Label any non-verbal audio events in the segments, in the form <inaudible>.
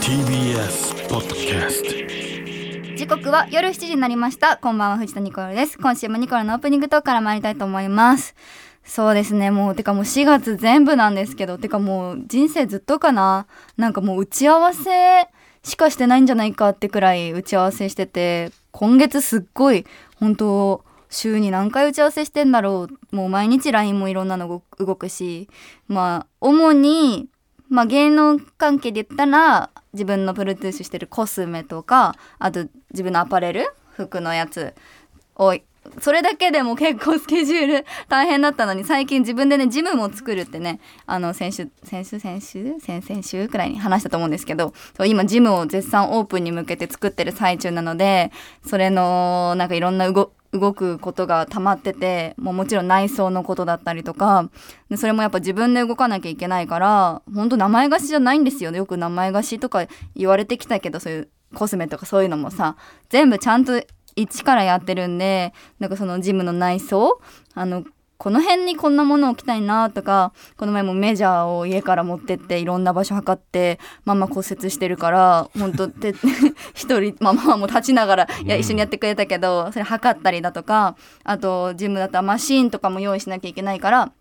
TBS ポッドキャスト時刻は夜7時になりましたこんばんは藤田ニコルです今週もニコルのオープニングトークから参りたいと思いますそうですねもうてかもう4月全部なんですけどてかもう人生ずっとかななんかもう打ち合わせしかしてないんじゃないかってくらい打ち合わせしてて今月すっごい本当週に何回打ち合わせしてんだろうもう毎日 LINE もいろんなのご動くしまあ主にまあ、芸能関係で言ったら自分のプロデュースしてるコスメとかあと自分のアパレル服のやつをそれだけでも結構スケジュール大変だったのに最近自分でねジムも作るってねあの先週先週先週先々週くらいに話したと思うんですけどそう今ジムを絶賛オープンに向けて作ってる最中なのでそれのなんかいろんな動動くことが溜まっててもうもちろん内装のことだったりとかでそれもやっぱ自分で動かなきゃいけないから本当名前貸しじゃないんですよねよく名前貸しとか言われてきたけどそういうコスメとかそういうのもさ全部ちゃんと一からやってるんでなんかそのジムの内装あのこの辺にこんなものを置きたいなとかこの前もメジャーを家から持ってっていろんな場所測ってママ骨折してるから本当て <laughs> 一人まあママも立ちながらいや一緒にやってくれたけどそれ測ったりだとかあとジムだったらマシーンとかも用意しなきゃいけないから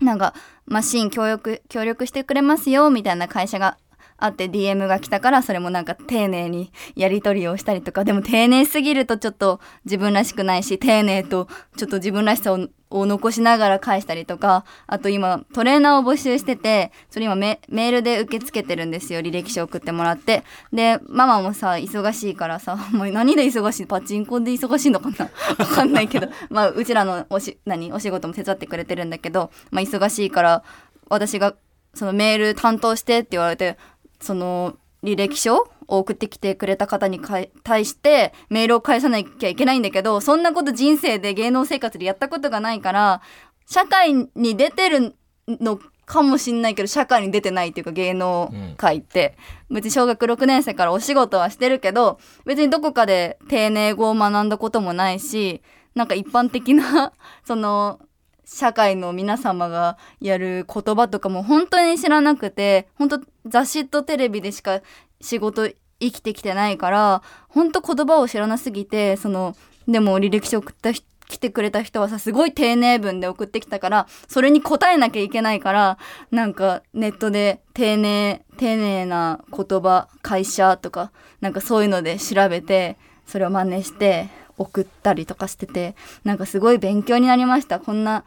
なんかマシーン協力協力してくれますよみたいな会社があって DM が来たからそれもなんか丁寧にやり取りをしたりとかでも丁寧すぎるとちょっと自分らしくないし丁寧とちょっと自分らしさをを残しながら返したりとかあと今トレーナーを募集しててそれ今メメールで受け付けてるんですよ履歴書送ってもらってでママもさ忙しいからさお前何で忙しいパチンコで忙しいのかなわかんないけどまあうちらのおし何お仕事も手伝ってくれてるんだけど、まあ、忙しいから私がそのメール担当してって言われてその履歴書を送ってきてくれた方にかい対してメールを返さなきゃいけないんだけどそんなこと人生で芸能生活でやったことがないから社会に出てるのかもしんないけど社会に出てないっていうか芸能界って、別に小学6年生からお仕事はしてるけど別にどこかで丁寧語を学んだこともないしなんか一般的な <laughs> その社会の皆様がやる言葉とかも本当に知らなくて本当雑誌とテレビでしか仕事生きてきてないから本当言葉を知らなすぎてそのでも履歴書送った人来てくれた人はさすごい丁寧文で送ってきたからそれに答えなきゃいけないからなんかネットで丁寧丁寧な言葉会社とかなんかそういうので調べてそれを真似して送ったりとかしててなんかすごい勉強になりましたこんな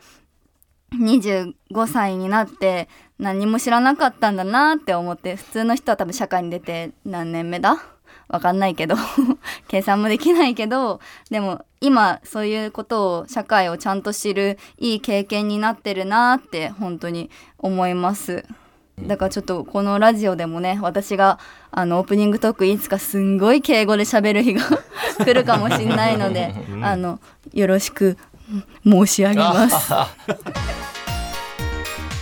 25歳になって何も知らなかったんだなって思って普通の人は多分社会に出て何年目だわかんないけど <laughs> 計算もできないけどでも今そういうことを社会をちゃんと知るいい経験になってるなって本当に思います。だからちょっとこのラジオでもね私があのオープニングトークいつかすんごい敬語で喋る日が <laughs> 来るかもしんないので、あのよろしく申し上げます。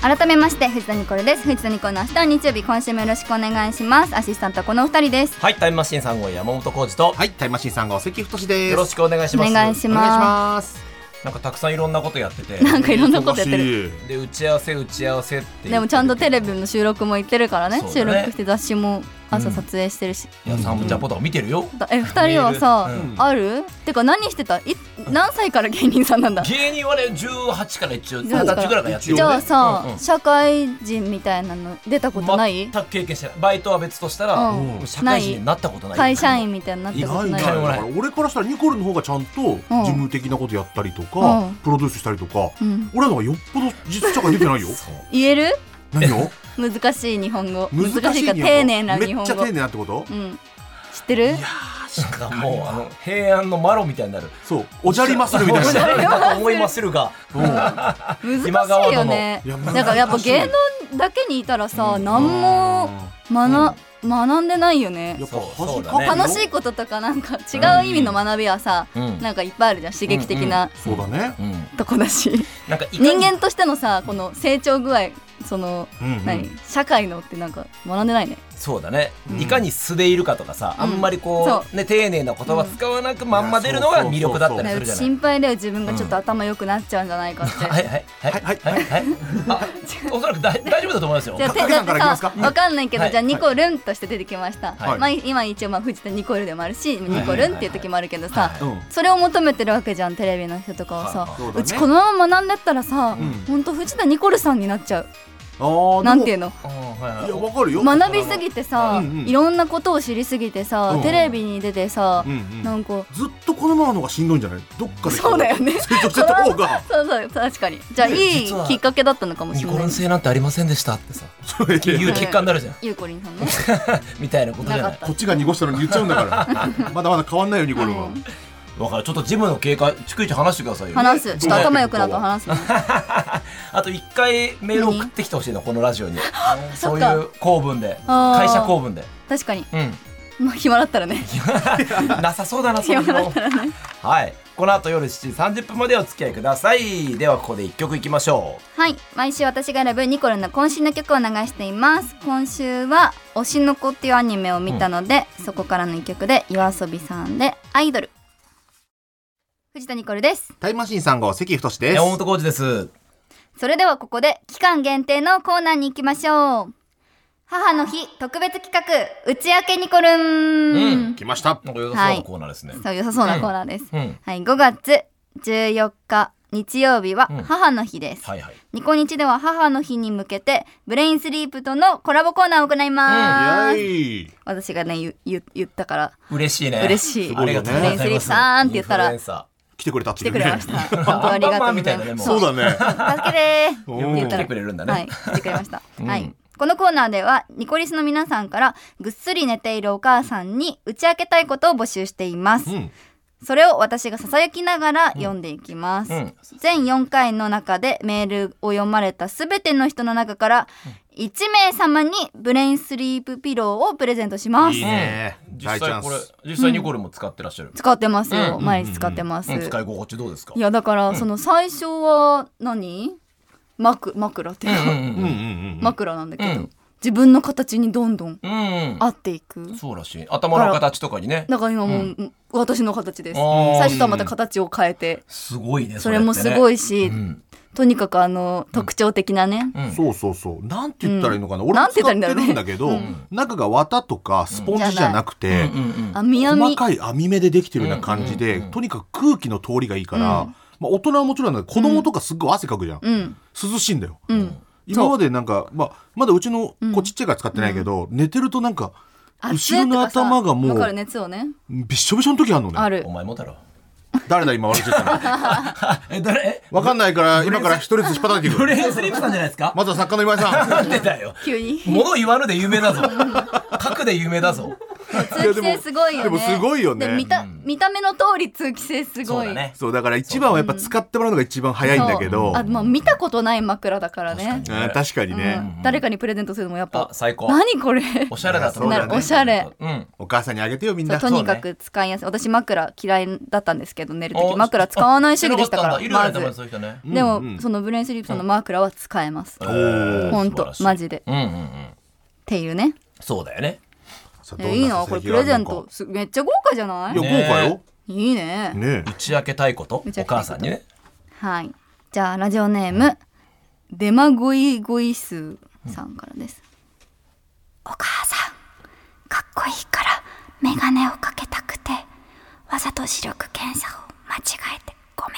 改めまして藤田ニコルです藤田ニコルの明日は日曜日今週もよろしくお願いしますアシスタントはこのお二人です <laughs> はい、タイムマシーン3号山本浩二と、はい、タイムマシーンさんが関太です。よろしくくお願いしおます。願いしお願いしまます。す。なんかたくさんいろんなことやってて、すなんかいろんなことやってるる。で打ち合わせ打ち合わせって言ってるでもちゃんとテレビの収録も行ってるからねそうだ収ね録して雑誌も朝撮影してるし、いやサムジャポとか見てるよ。だえ二人はさ、うんあるてか何してたい何歳から芸人さんなんだ芸人はね18から一応18 20歳ぐらいからやってるじよゃね。あさ、うんうん社会人みたいなの出たことない、全く経験してない。バイトは別としたら、うんもう社会人になったことない。会社員みたいになっいたこなといなないい一回だもなかい。ら俺からしたらニコルの方がちゃんと事務的なことやったりとか、うんプロデュースしたりとか、うん、俺らの方がよっぽど実社会出てないよそう言える何を？難しい日本語難しいか日本語丁寧な日めっ本ちゃ語丁寧なってことう？ん、知ってるしかもあの平安のマロみたいになる。そう、おじゃりまするみたいおじな。ゃりだと思いまするが、うん難今し川いよ殿ねいやだからやっぱ難しい芸能だけにいたらさ、うん何も学,、学んでないよねやっぱそう恥だかねくよ楽しい。こととかなんか違う意味の学びはさ、うんなんかいっぱいあるじゃん刺激的なそうだね。うんとこだし、なんかいかに人間としてのさこの成長具合その、うんうん何社会のってなんか学んでないねそうだね、うんいかに素でいるかとかさ、うんあんまりこそうね丁寧な言葉使わなくまんま出るのが魅力だったりだかするらじゃない、心配だよ自分がちょっと頭良くなっちゃうんじゃないかって、はいはいはいはいはい <laughs> はいあおそらくだ大丈夫だと思いますよじゃあかけ算からいきますか手だってさわかんないけど、はいじゃあニコルンとして出てきました、はいまあ、今一応まあ藤田ニコルでもあるし、ニコルンっていう時もあるけどさ、はいはいうんそれを求めてるわけじゃんテレビの人とかはさ、はそうだうねちこのまま学んでったらさ、うんほんと藤田ニコルさんになっちゃあーうでもなんていうのうんはいやはわかるよ学びすぎてさ、うんうんいろんなことを知りすぎてさ、うんテレビに出てさ、うんうんなんかずっとこのままの方がしんどいんじゃないどっかでそうだよね成長してた方がそうそう確かにじゃあいい実はきっかけだったのかもいしニれコなロいン製なんてありませんでしたってさそ <laughs> れでいう結果になるじゃんゆうこりんさんねみたいなことじゃなかっないたこっちが濁したのに言っちゃうんだ <laughs> からまだまだ変わんないよニコルはうんわかるちょっとジムの経過逐一話してくださいよ話すちょっと頭良くなったら話すね <laughs> あと一回メール送ってきてほしいのこのラジオにそそっうかいう構文であー会社構文で確かにうんまあ暇だったらねなさそうだなそ暇ういだうのったらねはいこの後夜7時30分までお付き合いくださいではここで一曲いきましょ <laughs> うはい毎週私が選ぶニコルの渾身の曲を流しています今週は「推しの子」っていうアニメを見たので、そこからの一曲で夜遊びさんで「アイドル」藤田ニコルですタイムマシーン3号関太志です山本浩二ですそれではここで期間限定のコーナーに行きましょう母の日特別企画打ち明けニコルン、うん来ましたなんか良さそうなコーナーですね、そう良さそうなコーナーです、うんはい5月14日日曜日はうん母の日です、はいはいニコニチでは母の日に向けてブレインスリープとのコラボコーナーを行います、イエーイ私がね言言言ったから嬉しいね嬉しいありがとうございますブレイスリープさんって言ったらインフルエンサ来てくれたって来いてうくねれました <laughs> 本当ーありがとうございアンパンマンみたいなねまもすうそうだ <laughs> ね助けてーおー言っ来たらてくれるんだね、はい、来てくれました。うんはい。このコーナーではニコリスの皆さんからぐっすり寝ているお母さんに打ち明けたいことを募集しています。うんそれを私がささやきながら読んでいきます。うん全4回の中でメールを読まれたすべての人の中から1名様にブレインスリープピローをプレゼントします。いいね実大チャ際ンこれス実際ニコルも使ってらっしゃる、使ってますよ。う毎日使ってます。うん使い心地どうですかいやだからその最初は何枕枕っていううかんうんうんうん枕なんだけど、うん自分の形にどんどんうんうん合っていくそうらしい頭の形とかにねだから今もう、私の形ですあー最初とはまた形を変えてすごいねそれもってすねごいし、うんとにかくあの特徴的なね、うんそうそうそうなんて言ったらいいのかな、俺なもん使て言っったらていいんだろうるねんだけど中が綿とかスポンジじゃなくて、うんうんあみあみ細かい網目でできてるような感じで、とにかく空気の通りがいいから、まあ、大人はもちろんなんだけど子供とかすっごい汗かくじゃん、うん涼しいんだよ、うん今までなんか、まあ、まだうちの子ちっちゃいから使ってないけど、寝てるとなんか後ろの頭がもだからう熱をねびっしょびしょの時あるのあねるお前もだろ <laughs> 誰だ今笑っちゃったのえ <laughs> 誰わかんないから今から一人ずつ引っ叩いていブくレインスリープさんじゃないですか <laughs> まずは作家の今井さん出たよ急に物言わぬで有名だぞ書くで有名だぞ通気性すごいよねでもすごいよねで見た見た目の通り通気性すそごういだねそうだから一番はやっぱ使ってもらうのが一番早いんだけどそうあ、まあ、見たことない枕だからね確あー確かにね、うん誰かにプレゼントするのもやっぱあ最高何これおしゃれだと思うそうだねおしゃれうんお母さんにあげてよみんそうなとにかく使いやすい、私枕嫌いだったんですけど寝る時枕使わない主義でしたからあいるよまね多分ずそういう人ねでも、うんうんそのブレインスリープさんの枕は使えます、おーほん素晴とらしいマジでっうんうんうんていうねそうだよねさあどんえいいな佐これ々木プがあるのかレゼントすめっちゃ豪華じゃないいや、いね豪華よ。いねね打ち明けたいこと打ちお明けたいこと母さんにねはいじゃあラジオネームデマゴイゴイスさんからです、お母さんかっこいいからメガネをかけたくてわざと視力検査を間違えてごめん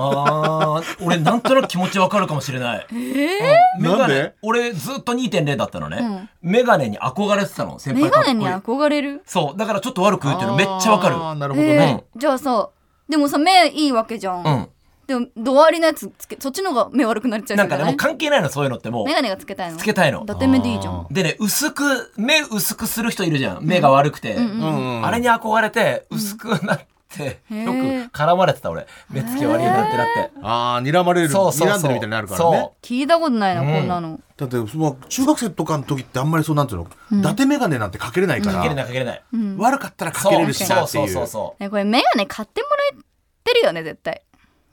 あー俺なんとなく気持ちわかるかもしれな <laughs> い。うんメガなんネで俺ずっと2.0だったのね。メガネに憧れてたの先メ輩ガかっこいネい。に憧れるそうだからちょっと悪く言うっていうのめっちゃわかる。あーなるほどえね。ーじゃあさでもさ目いいわけじゃん、うん。でも度割りのやつつけそっちの方が目悪くなっちゃうなんじかゃねなもいう関係ないのそういうのってもメガネがつけたいのうつけたいのだ。て目でいいじゃんでね薄く目薄くする人いるじゃん目が悪くて、うんあれに憧れて薄くなっうて、んよくへー絡まれてた俺目つき悪いなってなって。ああ、睨まれる、そうそうそ睨う。んでるみたいになるからね。聞いたことないな、こんなのだって、その中学生とかの時ってあんまりそうなんていうの、伊達メガネなんてかけれないかそう。かけれなら、いかけれない。悪かったらかけれるしなってそういそうそうう。そう。ねこれメガネ買ってもらってるよね絶対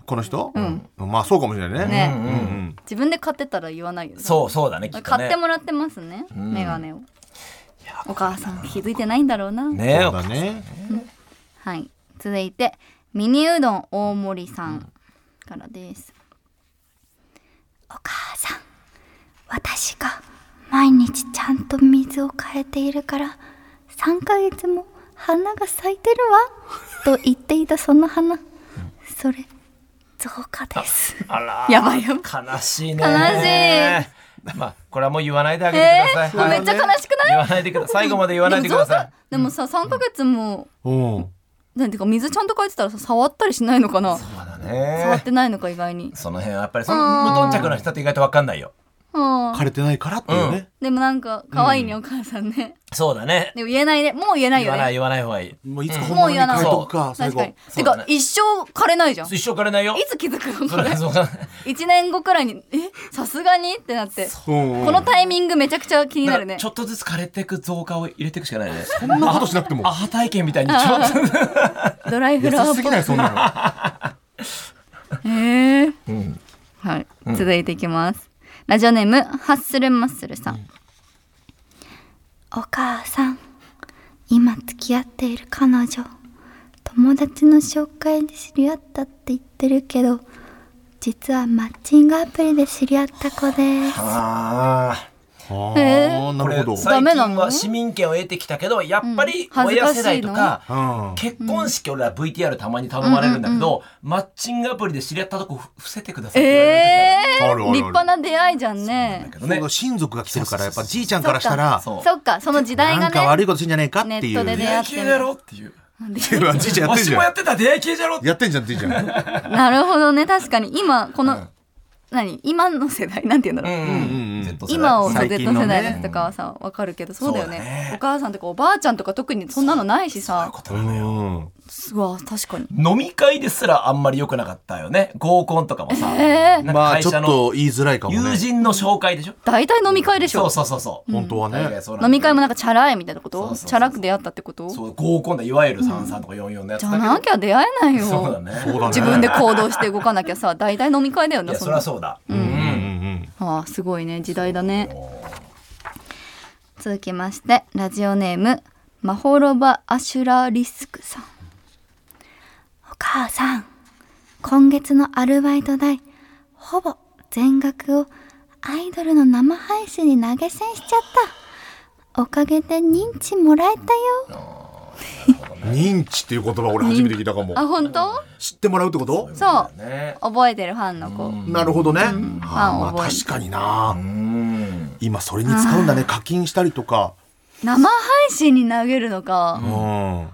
この人、まあそうかもしれないねねうんうん自分で買ってたら言わないよねそうそうだねきっとね買ってもらってますね、メガネをお母さん気づいてないんだろうな、ねそうだねはい続いてミニうどん大森さんからです、お母さん私が毎日ちゃんと水を変えているから3ヶ月も花が咲いてるわと言っていたその花それ増加ですあらやばいやばい悲しいね悲まあこれはもう言わないであげてえください、ー、めっちゃ悲しくない言わないでください最後まで言わないでくださでもさ3ヶ月もうんなんていうか水ちゃんと変えてたらさ触ったりしないのかないそうだ触っねてないのか意外に、その辺はやっぱりその無頓着な人って意外と分かんないようん枯れてないからっていうね、でもなんか可愛いね、お母さんねそうだねでも言えないねもう言えない言よわないね言わない方がいいもういつかうん本物に変えとくか、最確後かにてそうだねか一生枯れないじゃんい一生枯れないよつ気づくのそこれれはそうか1年後くらいにえさすがにってなってうんうんこのタイミングめちゃくちゃ気になるね <laughs> ちょっとずつ枯れていく増加を入れていくしかないねそんなことしなくてもアハ体験みたいにちょっとドライフ優ラワしすーぎないそんなのえーうんはい、続いていきますラジオネームハッスルマッスルさん、お母さん今付き合っている彼女友達の紹介で知り合ったって言ってるけど実はマッチングアプリで知り合った子ですああえーーなるほどこれダ最メな近のは市民権を得てきたけどやっぱりうん恥ず親かしいの世代とか、うん結婚式俺ら VTR たまに頼まれるんだけど、マッチングアプリで知り合ったとこふ伏せてくださいって言われある <laughs> える時あるあー、る立派な出会いじゃんんねだけどそうねだ親族が来てるからやっぱじいちゃんそかっらしたらそうそっかその時代ながんかね悪いことしてんじゃねえかっていネうットで出ね会い系だろっていういやじいちゃんやっわてんしじもゃやんってた出会い系じゃろってやってんじゃんじいちゃん <laughs> なるほどね確かに今この、うん何今の世代なんて言うんだろうう、んうん Z 世代今をさ最 Z 近のね世代の人とかはさ分かるけどそうだよねそうだねお母さんとかおばあちゃんとか特にそんなのないしそういうさことうなのよんうわ確かに飲み会ですらあんまり良くなかったよね合コンとかもさ、えー、なんまかあ会ちょ社っのと言いづらいかもね友人の紹介でしょ大体飲み会でしそうょそうそうそう、本当は大概ねそうなんだよ飲み会もなんかチャラいみたいなこそうそうとそうチャラく出会ったってことそう合コンだいわゆる33とか44のやつじだゃけどなきゃ出会えないよそうだねそうだね自分で行動して動かなきゃさ大体飲み会だよいねやそそんりなゃそうだううんんうんうんああすごいね時代だね続きましてラジオネームマホロバ・アシュラリスクさんお母さん今月のアルバイト代ほぼ全額をアイドルの生配信に投げ銭しちゃったおかげで認知もらえたよ認知っていう言葉俺初めて聞いたかもあ本当知ってもらうってことそうね覚えてるファンの子なるほどねはファあンまあ覚えて確かになうん今それに使うんだね課金したりとか生配信に投げるのか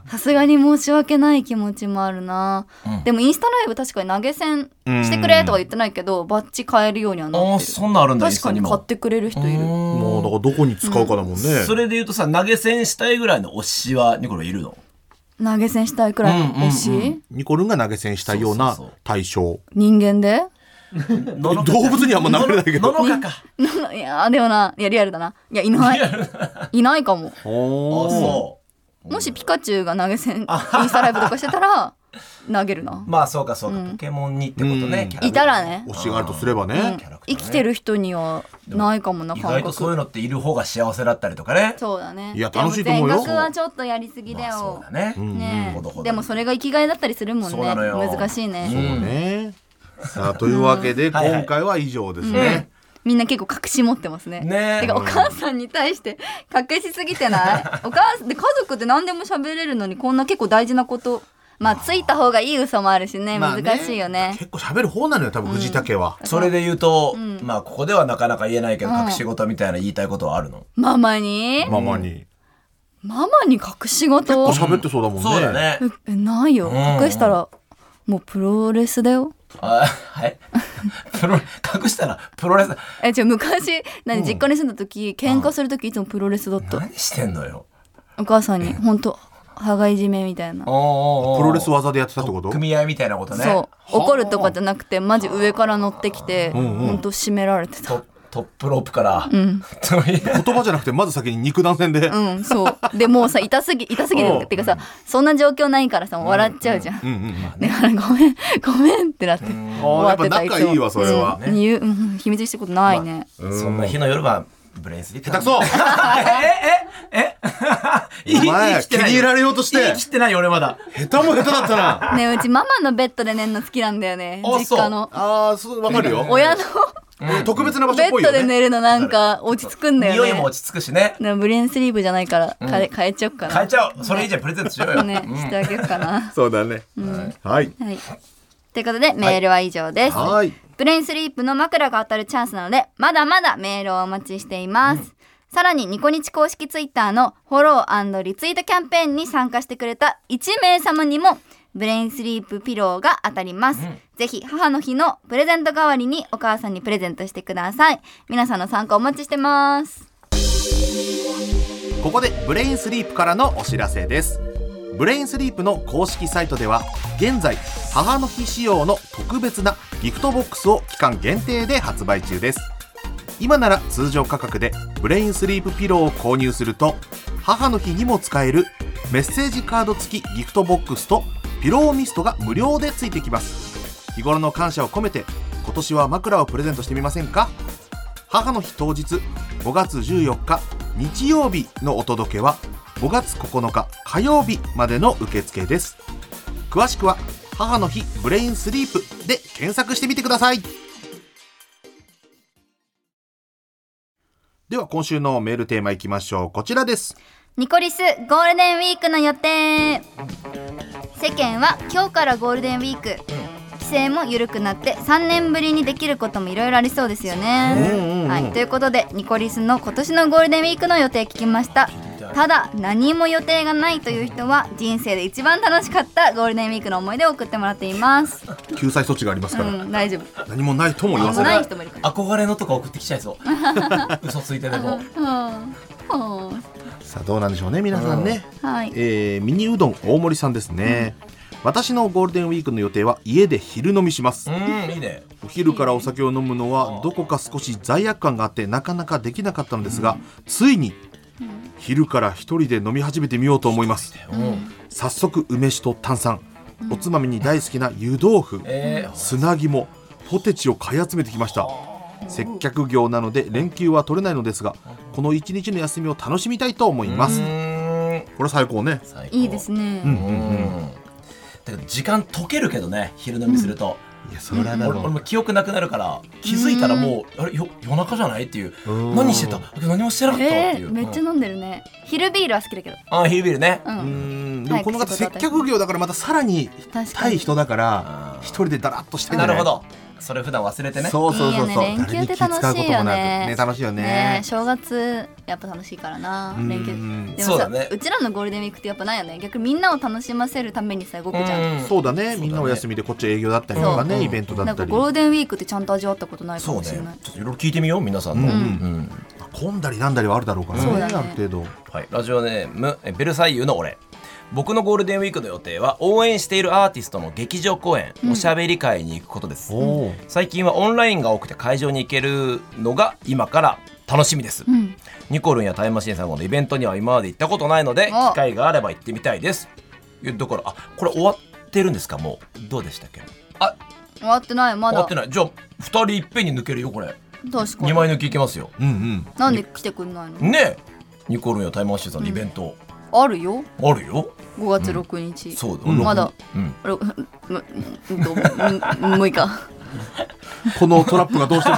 うんさすがに申し訳ない気持ちもあるな、うんでもインスタライブ確かに投げ銭してくれとは言ってないけど、バッジ買えるようにはあなあってるそんなんあるんだ確かに買ってくれる人いるもうだからどこに使うかだもんねそれで言うとさ投げ銭したいぐらいの推しはニコルいるの投げ銭したいくらいの推し、うんうニコルンが投げ銭したようなそうそうそう対象人間で <laughs> 動動物にはあんま投げれないけどののかかいやでもないやリアルだないやいないいないかもあおーそもしピカチュウが投げ銭インスタライブとかしてたら投げるなうまあそうかそうか、ポケモンにってことね、うんキャラいたらね、推しがあるとすればうんね、生きてる人にはないかもな意感外と覚そういうのっている方が幸せだったりとかねそうだねいや楽しいと思うよでも全額はちょっとやりすぎだまあそようだね、ねえほどほどでもそれが生きがいだったりするもんそうねなのよ難しいね、うんねさあというわけではいはい今回は以上ですね、みんな結構隠し持ってますねねてえかお母さんに対して隠しすぎてないお母さんで家族って何でも喋れるのにこんな結構大事なことまあついた方がいい嘘もあるしねまあ難ねしいよね,、結構喋る方なのよ多分藤竹は、それで言うと、まあここではなかなか言えないけど、隠し事みたいな言いたいことはあるの、ママに、ママにママに隠し事を結構喋ってそうだもんね,、そうだね、えないよん隠したらもうプロレスだよあはい <laughs> プロ隠したらプロレスえ違う昔何実家に住んだ時喧嘩する時いつもプロレスだった何してんのよお母さんに本当羽交い締めみたいなおーおーおープロレス技でやってたってこと組合みたいなことねそう怒るとかじゃなくてマジ上から乗ってきて、ほんと締められてトッたトップロープから、 <laughs> とりあえず言葉じゃなくてまず先に肉弾戦で、うん、そう <laughs> でもうさ痛すぎ痛すぎうんてってかさそんな状況ないからさもう笑っちゃうじゃん、うんうんうんだからごめん <laughs> ごめんってなってああやっ終わっぱてた仲いいわそれは、うん言ううん秘密にしたことないね、そんな日の夜はブレインスリップ下手くそいいお前 <laughs> 生きてない気に入られようとして生きてないよ俺まだ下手も下手だったなねうちママのベッドで寝るの好きなんだよねあ実家のあーそうわかるよ親の特別な場所ベっぽッいよドでね寝るのなんか落ち着くんだよね匂いも落ち着くしねでもブレインスリーブじゃないから変え変えちゃおうかな変えちゃおうそれ以上プレゼントしようよ、ねしてあげようかなそうだねはいはいということでメールは以上です、はいブレインスリープの枕が当たるチャンスなのでまだまだメールをお待ちしています、さらにニコニチ公式ツイッターのフォローリツイートキャンペーンに参加してくれた1名様にもブレインスリープピローが当たります、ぜひ母の日のプレゼント代わりにお母さんにプレゼントしてください皆さんの参加お待ちしてますここでブレインスリープからのお知らせですブレインスリープの公式サイトでは現在母の日仕様の特別なギフトボックスを期間限定で発売中です今なら通常価格でブレインスリープピローを購入すると母の日にも使えるメッセージカード付きギフトボックスとピローミストが無料でついてきます日頃の感謝を込めて今年は枕をプレゼントしてみませんか母の日当日5月14日日曜日のお届けは5月9日火曜日までの受付です詳しくは母の日ブレインスリープで検索してみてくださいでは今週のメールテーマいきましょうこちらですニコリスゴールデンウィークの予定世間は今日からゴールデンウィーク規制も緩くなって3年ぶりにできることもいろいろありそうですよね。はい、ということでニコリスの今年のゴールデンウィークの予定聞きましたただ何も予定がないという人は人生で一番楽しかったゴールデンウィークの思い出を送ってもらっています。救済措置がありますうから、ん、大丈夫何もないとも言わせなないい人もいるか憧れのとか送ってきちゃいそう <laughs> 嘘ついてでもら。うんうんさあどうなんでしょうね皆さんね、はい、えーミニうどん大森さんですね、私のゴールデンウィークの予定は家で昼飲みしますうんいいねお昼からお酒を飲むのはどこか少し罪悪感があってなかなかできなかったのですが、ついに昼から一人で飲み始めてみようと思いますうん早速梅酒と炭酸おつまみに大好きな湯豆腐、えー砂肝ポテチを買い集めてきました接客業なので連休は取れないのですがこの一日の休みを楽しみたいと思います、うーんこれ最高ね最高いいですね。うんううんうんんだけど時間溶けるけどね昼飲みすると、いやそれはだ俺俺ろも記憶なくなるから気づいたらもうあれよ夜中じゃないっていう何してた何もしてなかったってえいーう、めっちゃうん飲んでるね。昼ビールは好きだけど。あ昼ビールねう。ううんんでもこの方接客業だからまたさらに確か対に。人だからうん一人でだらっとしてんじなゃるないほどそれ普段忘れてねそうそうそうそう。いいよね連休って楽し誰に気使うこといよねもなくね楽しいよねねえ。正月やっぱ楽しいからなうん連休でそもうださねうちらのゴールデンウィークってやっぱないよね逆にみんなを楽しませるためにさ動くじゃんんそうだね。みんなお休みでこっち営業だったりとかそうねイベントだなっんたかり。ゴールデンウィークってちゃんと味わったことないかそうもねしちれょないっといろいろ聞いてみよう皆さんの、うんうん混んだりなんだりはあるだろうからそうね。だあねる程度。はい、ラジオネームえベルサイユの俺僕のゴールデンウィークの予定は応援しているアーティストの劇場公演、おしゃべり会に行くことですおお。最近はオンラインが多くて会場に行けるのが今から楽しみです、うんニコルンやタイムマシーンさんのイベントには今まで行ったことないのでお機会があれば行ってみたいですいやだからあこれ終わってるんですかもうどうでしたっけあ終わってないま終わだってないじゃあ2人いっぺんに抜けるよこれ確か2に枚抜きいけますようんうん。なんで来てくんないのねえニコルンやタイムマシーンさんのイベント、あるよあるよ5月6日そうだ、まだうんろむうんとむ6日このトラップがどうして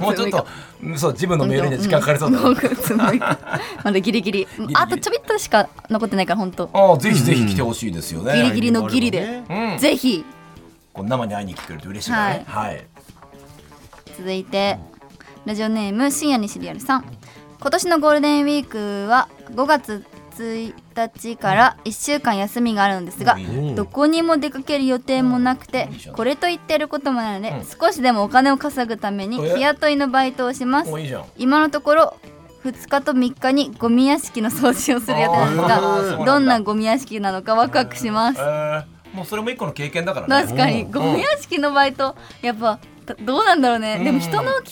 も <laughs> もうちょっと、うんそう、ジムのメールに時間かかりそうだな。ん5月6日まだギリギ <laughs> リリあとちょびっとしか残ってないから本当ああ、ぜひぜひ来てほしいですよね。ギリギリのギリでねうん、ぜひこう生に会いに来てくれると嬉しいよね。はい。続いてラジオネーム深夜にシリアルさん今年のゴールデンウィークは5月1日から1週間休みがあるのですがいいねどこにも出かける予定もなくてこれと言ってることもないので少しでもお金を稼ぐために日雇いのバイトをしますもういいじゃん。今のところ2日と3日にゴミ屋敷の掃除をする予定なんですあーそうなんだがどんなゴミ屋敷なのかワクワクしますえー、もうそれも一個の経験だからね。確かにゴミ屋敷のバイトやっぱたどうなんだろうね、うんでも人の汚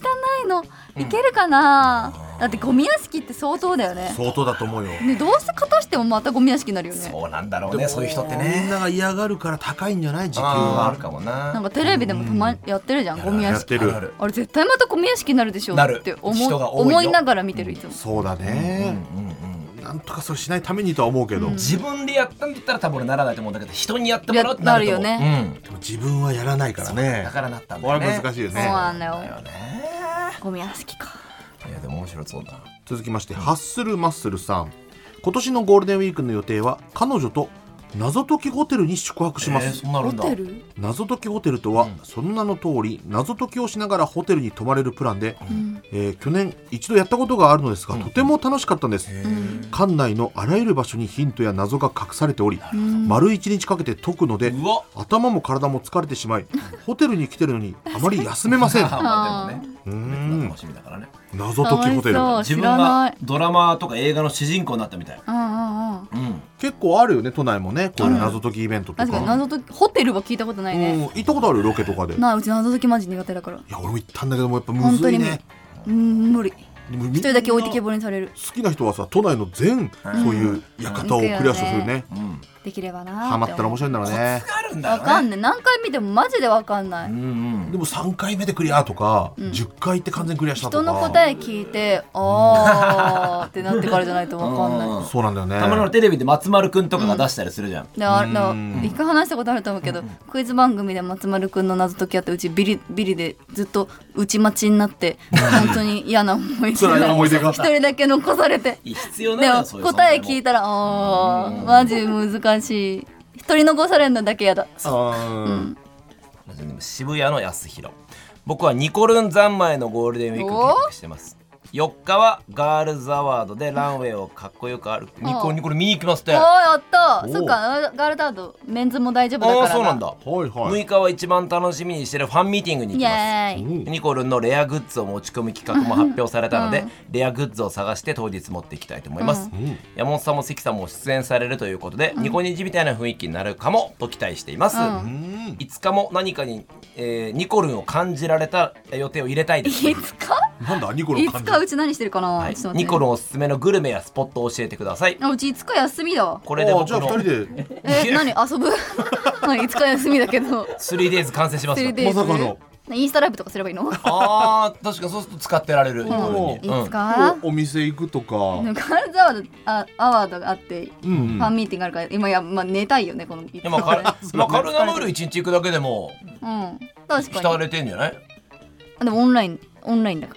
いのいけるかな、だってゴミ屋敷って相当だよね相当だと思うよねどうせ片してもまたゴミ屋敷になるよねそうなんだろうねそういう人ってみんねなが嫌がるから高いんじゃない時給あーあはるかもななんかテレビでもたまにやってるじゃん、ゴミ屋やっ敷てるあるあれ絶対またゴミ屋敷になるでしょなるって思人が多いよ思いながら見てるいつも、そうだうんうんね、うんなんとかそれしないためにとは思うけど、うんで自分でやったんだったら多分俺ならないと思うんだけど人にやってもらうってなると思うなるよね、も自分はやらないからうん、ねだからなったんだこよれねは難しいですそうねなんだよだよねゴミ屋敷かいやでも面白そうだな続きましてハッスルマッスルさん今年のゴールデンウィークの予定は彼女と謎解きホテルに宿泊します、えーそんなのあホるんだテル謎解きホテルとは、その名の通り謎解きをしながらホテルに泊まれるプランで、んえー去年一度やったことがあるのですが、とても楽しかったんです、へー館内のあらゆる場所にヒントや謎が隠されており、うん丸一日かけて解くのでうわ頭も体も疲れてしまいホテルに来てるのにあまり休めませんうまあでもねー別のん楽しみだからね謎解きホテルかわいそう知自分らながいドラマとか映画の主人公になったみたいうんうんうんうん結構あるよね都内もねこういう謎解きイベントとか確かに謎解きホテルは聞いたことないうんね、行ったことあるよロケとかでいなあうち謎解きマジ苦手だからや俺も行ったんだけどもやっぱむ本当ずいに無理、ねうん無理でもみんな一人だけ置いてけぼりにされる好きな人はさ都内の全そういう館をクリアしてくるねうんできればなハマったら面白白いんだろうねあるんだわねかんない何回見てもマジでわかんない、うんうんでも3回目でクリアとかうん10回って完全クリアしたとか人の答え聞いてあーってなってからじゃないとわかんないうんそうなんだよねたまに俺テレビで松丸くんとかが出したりするじゃんであれだうん一回話したことあると思うけど、クイズ番組で松丸くんの謎解きあってうちビリビリでずっと打ち待ちになって本当に嫌な思い出辛いが思い出が一人だけ残されていい必要なでのもよそういう存答在えも聞いたらあーマジ難しい取り残されるのだけ嫌だあー渋谷の安弘僕はニコルン三昧のゴールデンウィークを計画してます4日はガールズアワードでランウェイをかっこよく歩くニコニコル見に行きますっておーあやったおーそっかガールダードメンズも大丈夫だからあそうなんだはいはい6日は一番楽しみにしてるファンミーティングにイ行きますエーイうんニコルンのレアグッズを持ち込み企画も発表されたので、レアグッズを探して当日持っていきたいと思います、ん山本さんも関さんも出演されるということで、ニコニジみたいな雰囲気になるかもと期待しています、うんうん5日も何かに、えーニコルンを感じられた予定を入れたいですいつかなんだニコルいのつ感かじうち何してるかな、はいちょっと待ってねニコルンおすすめのグルメやスポットを教えてくださいあうちいつか休みだわこれであー僕じゃあ2の人でえー、何遊ぶ <laughs> 何いつか休みだけど 3days 完成しまし 3days たまさかのインスタライブとかすればいいのあー確かにそうすると使ってられるニコルンにいうんつか、おお店行くとかでもガールズアワードあアワードがあって、うんうんファンミーティングがあるから今や、まあ、寝たいよねこのいつでもカルか、まあ、カルナムール1日行くだけでもうん確浸かにれてんじゃないあでもオンラインオンラインだか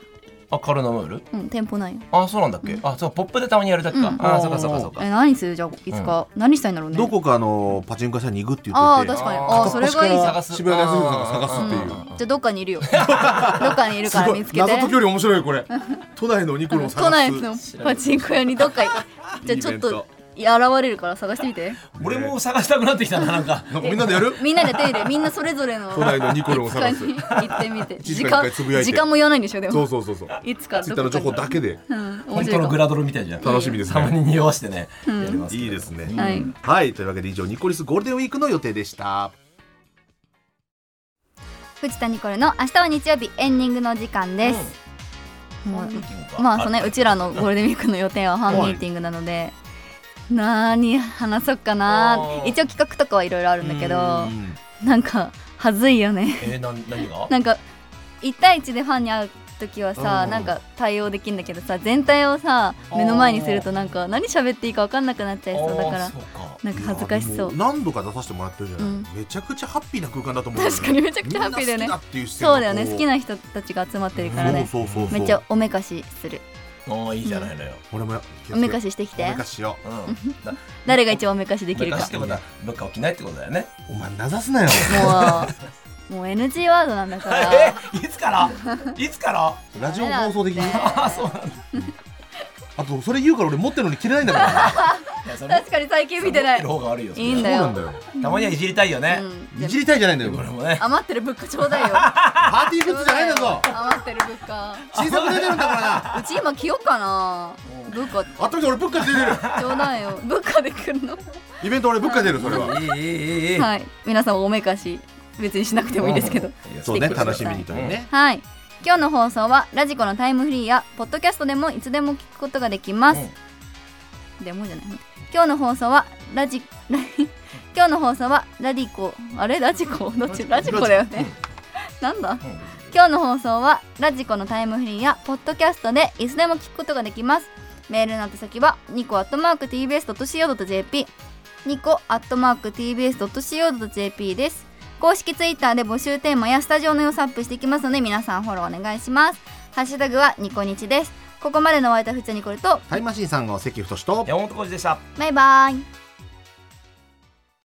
あカルナムールらうん店舗ないよあそうなんだっけ、あそうポップでたまにやるだけか、うんあそうかそうかそうかえ何するじゃあいつか、何したいんだろうねどこかあのパチンコ屋さんに行くって言っああてて確かにあーああーそれがいいじゃん探す渋谷で遊ぶの探すっていうあじゃあどっかにいる <laughs> よどっかにいるから見つけて謎解きより面白いこ <laughs> れ都内のニコルを探す都内のパチンコ屋にど <laughs> っかいじゃあちょっとい現れるから探してみて俺も探したくなってきたななんかなんかみんなでやるみんなで手入れみんなそれぞれの都内のニコルンを探すいつかに行っ <laughs> てみて一時時間間に一回つぶやいて時間も言わないんでしょでもそうそうそう <laughs> そういつかツイッターの情報だけでうん <laughs> 面本白当いのかグもラドルみたいじゃん楽しみですたまねに匂わしてね、やりますけどいいですねはいはいというわけで以上ニコリスゴールデンウィークの予定でした藤田ニコルの明日は日曜日エンディングの時間です、もうまあそうねうちらのゴールデンウィークの予定はファンミーティングなので何話そうかなあー一応企画とかはいろいろあるんだけどうんなんかはずいよね <laughs> えー、なん何がなんか1対1でファンに会う時はさうんなんか対応できるんだけどさ全体をさ目の前にするとなんか何喋っていいか分かんなくなっちゃいそうだかあーらそうかなんか恥ずかしそういやでも何度か出させてもらってるじゃない、うんめちゃくちゃハッピーな空間だと思うよね確かにめちゃくちゃハッピーだよみんねな好きだっていう視線がそうだよねこ好きな人たちが集まってるからねそうそうそうそうめっちゃおめかしするああいいじゃないのよ、俺もやおめかしししてきおてめかししようんだ <laughs> 誰が一番おめかしできるか昔ってことはどっか起きないってことだよねうお前なざすなよもうもう NG ワードなんだか <laughs> えらーいつからいつからラジオ放送的にあそうなんだあとそれ言うから俺持ってるのに着れないんだからいやそれ確かに最近見てない持ってる方が悪いよそれいいんだよそうなんだよたまにはいじりたいよね、うんいじりたいじゃないんだよここれ <laughs> れもね余ってる物価ちょ <laughs> うだいよパーティーグッズじゃないんだぞ余ってる物価小さく出てるんだからなうち今着ようかな物価あったくて俺ぶっか出てるちょうだいよ物価で来るのイベント俺ぶっか出るそれはええええええはい皆さんおめかし別にしなくてもいいですけど、そうね来てくださ楽しいみにというね、はい今日の放送はラジコのタイムフリーやポッドキャストでもいつでも聞くことができます、でもじゃない今日の放送はラジ <laughs> ラ今日の放送はラディコあれラジコどっちラジコだよねなんだうん今日の放送はラジコのタイムフリーやポッドキャストでいつでも聞くことができますメールの宛先はニコアットマーク TBS.CO.JP ニコアットマーク TBS.CO.JP です公式ツイッターで募集テーマやスタジオの様子アップしていきますので皆さんフォローお願いしますハッシュタグはニコニチですここまでのお相手はふつにこれとタイムマシーンさんが関太と山本浩二でしたバイバイ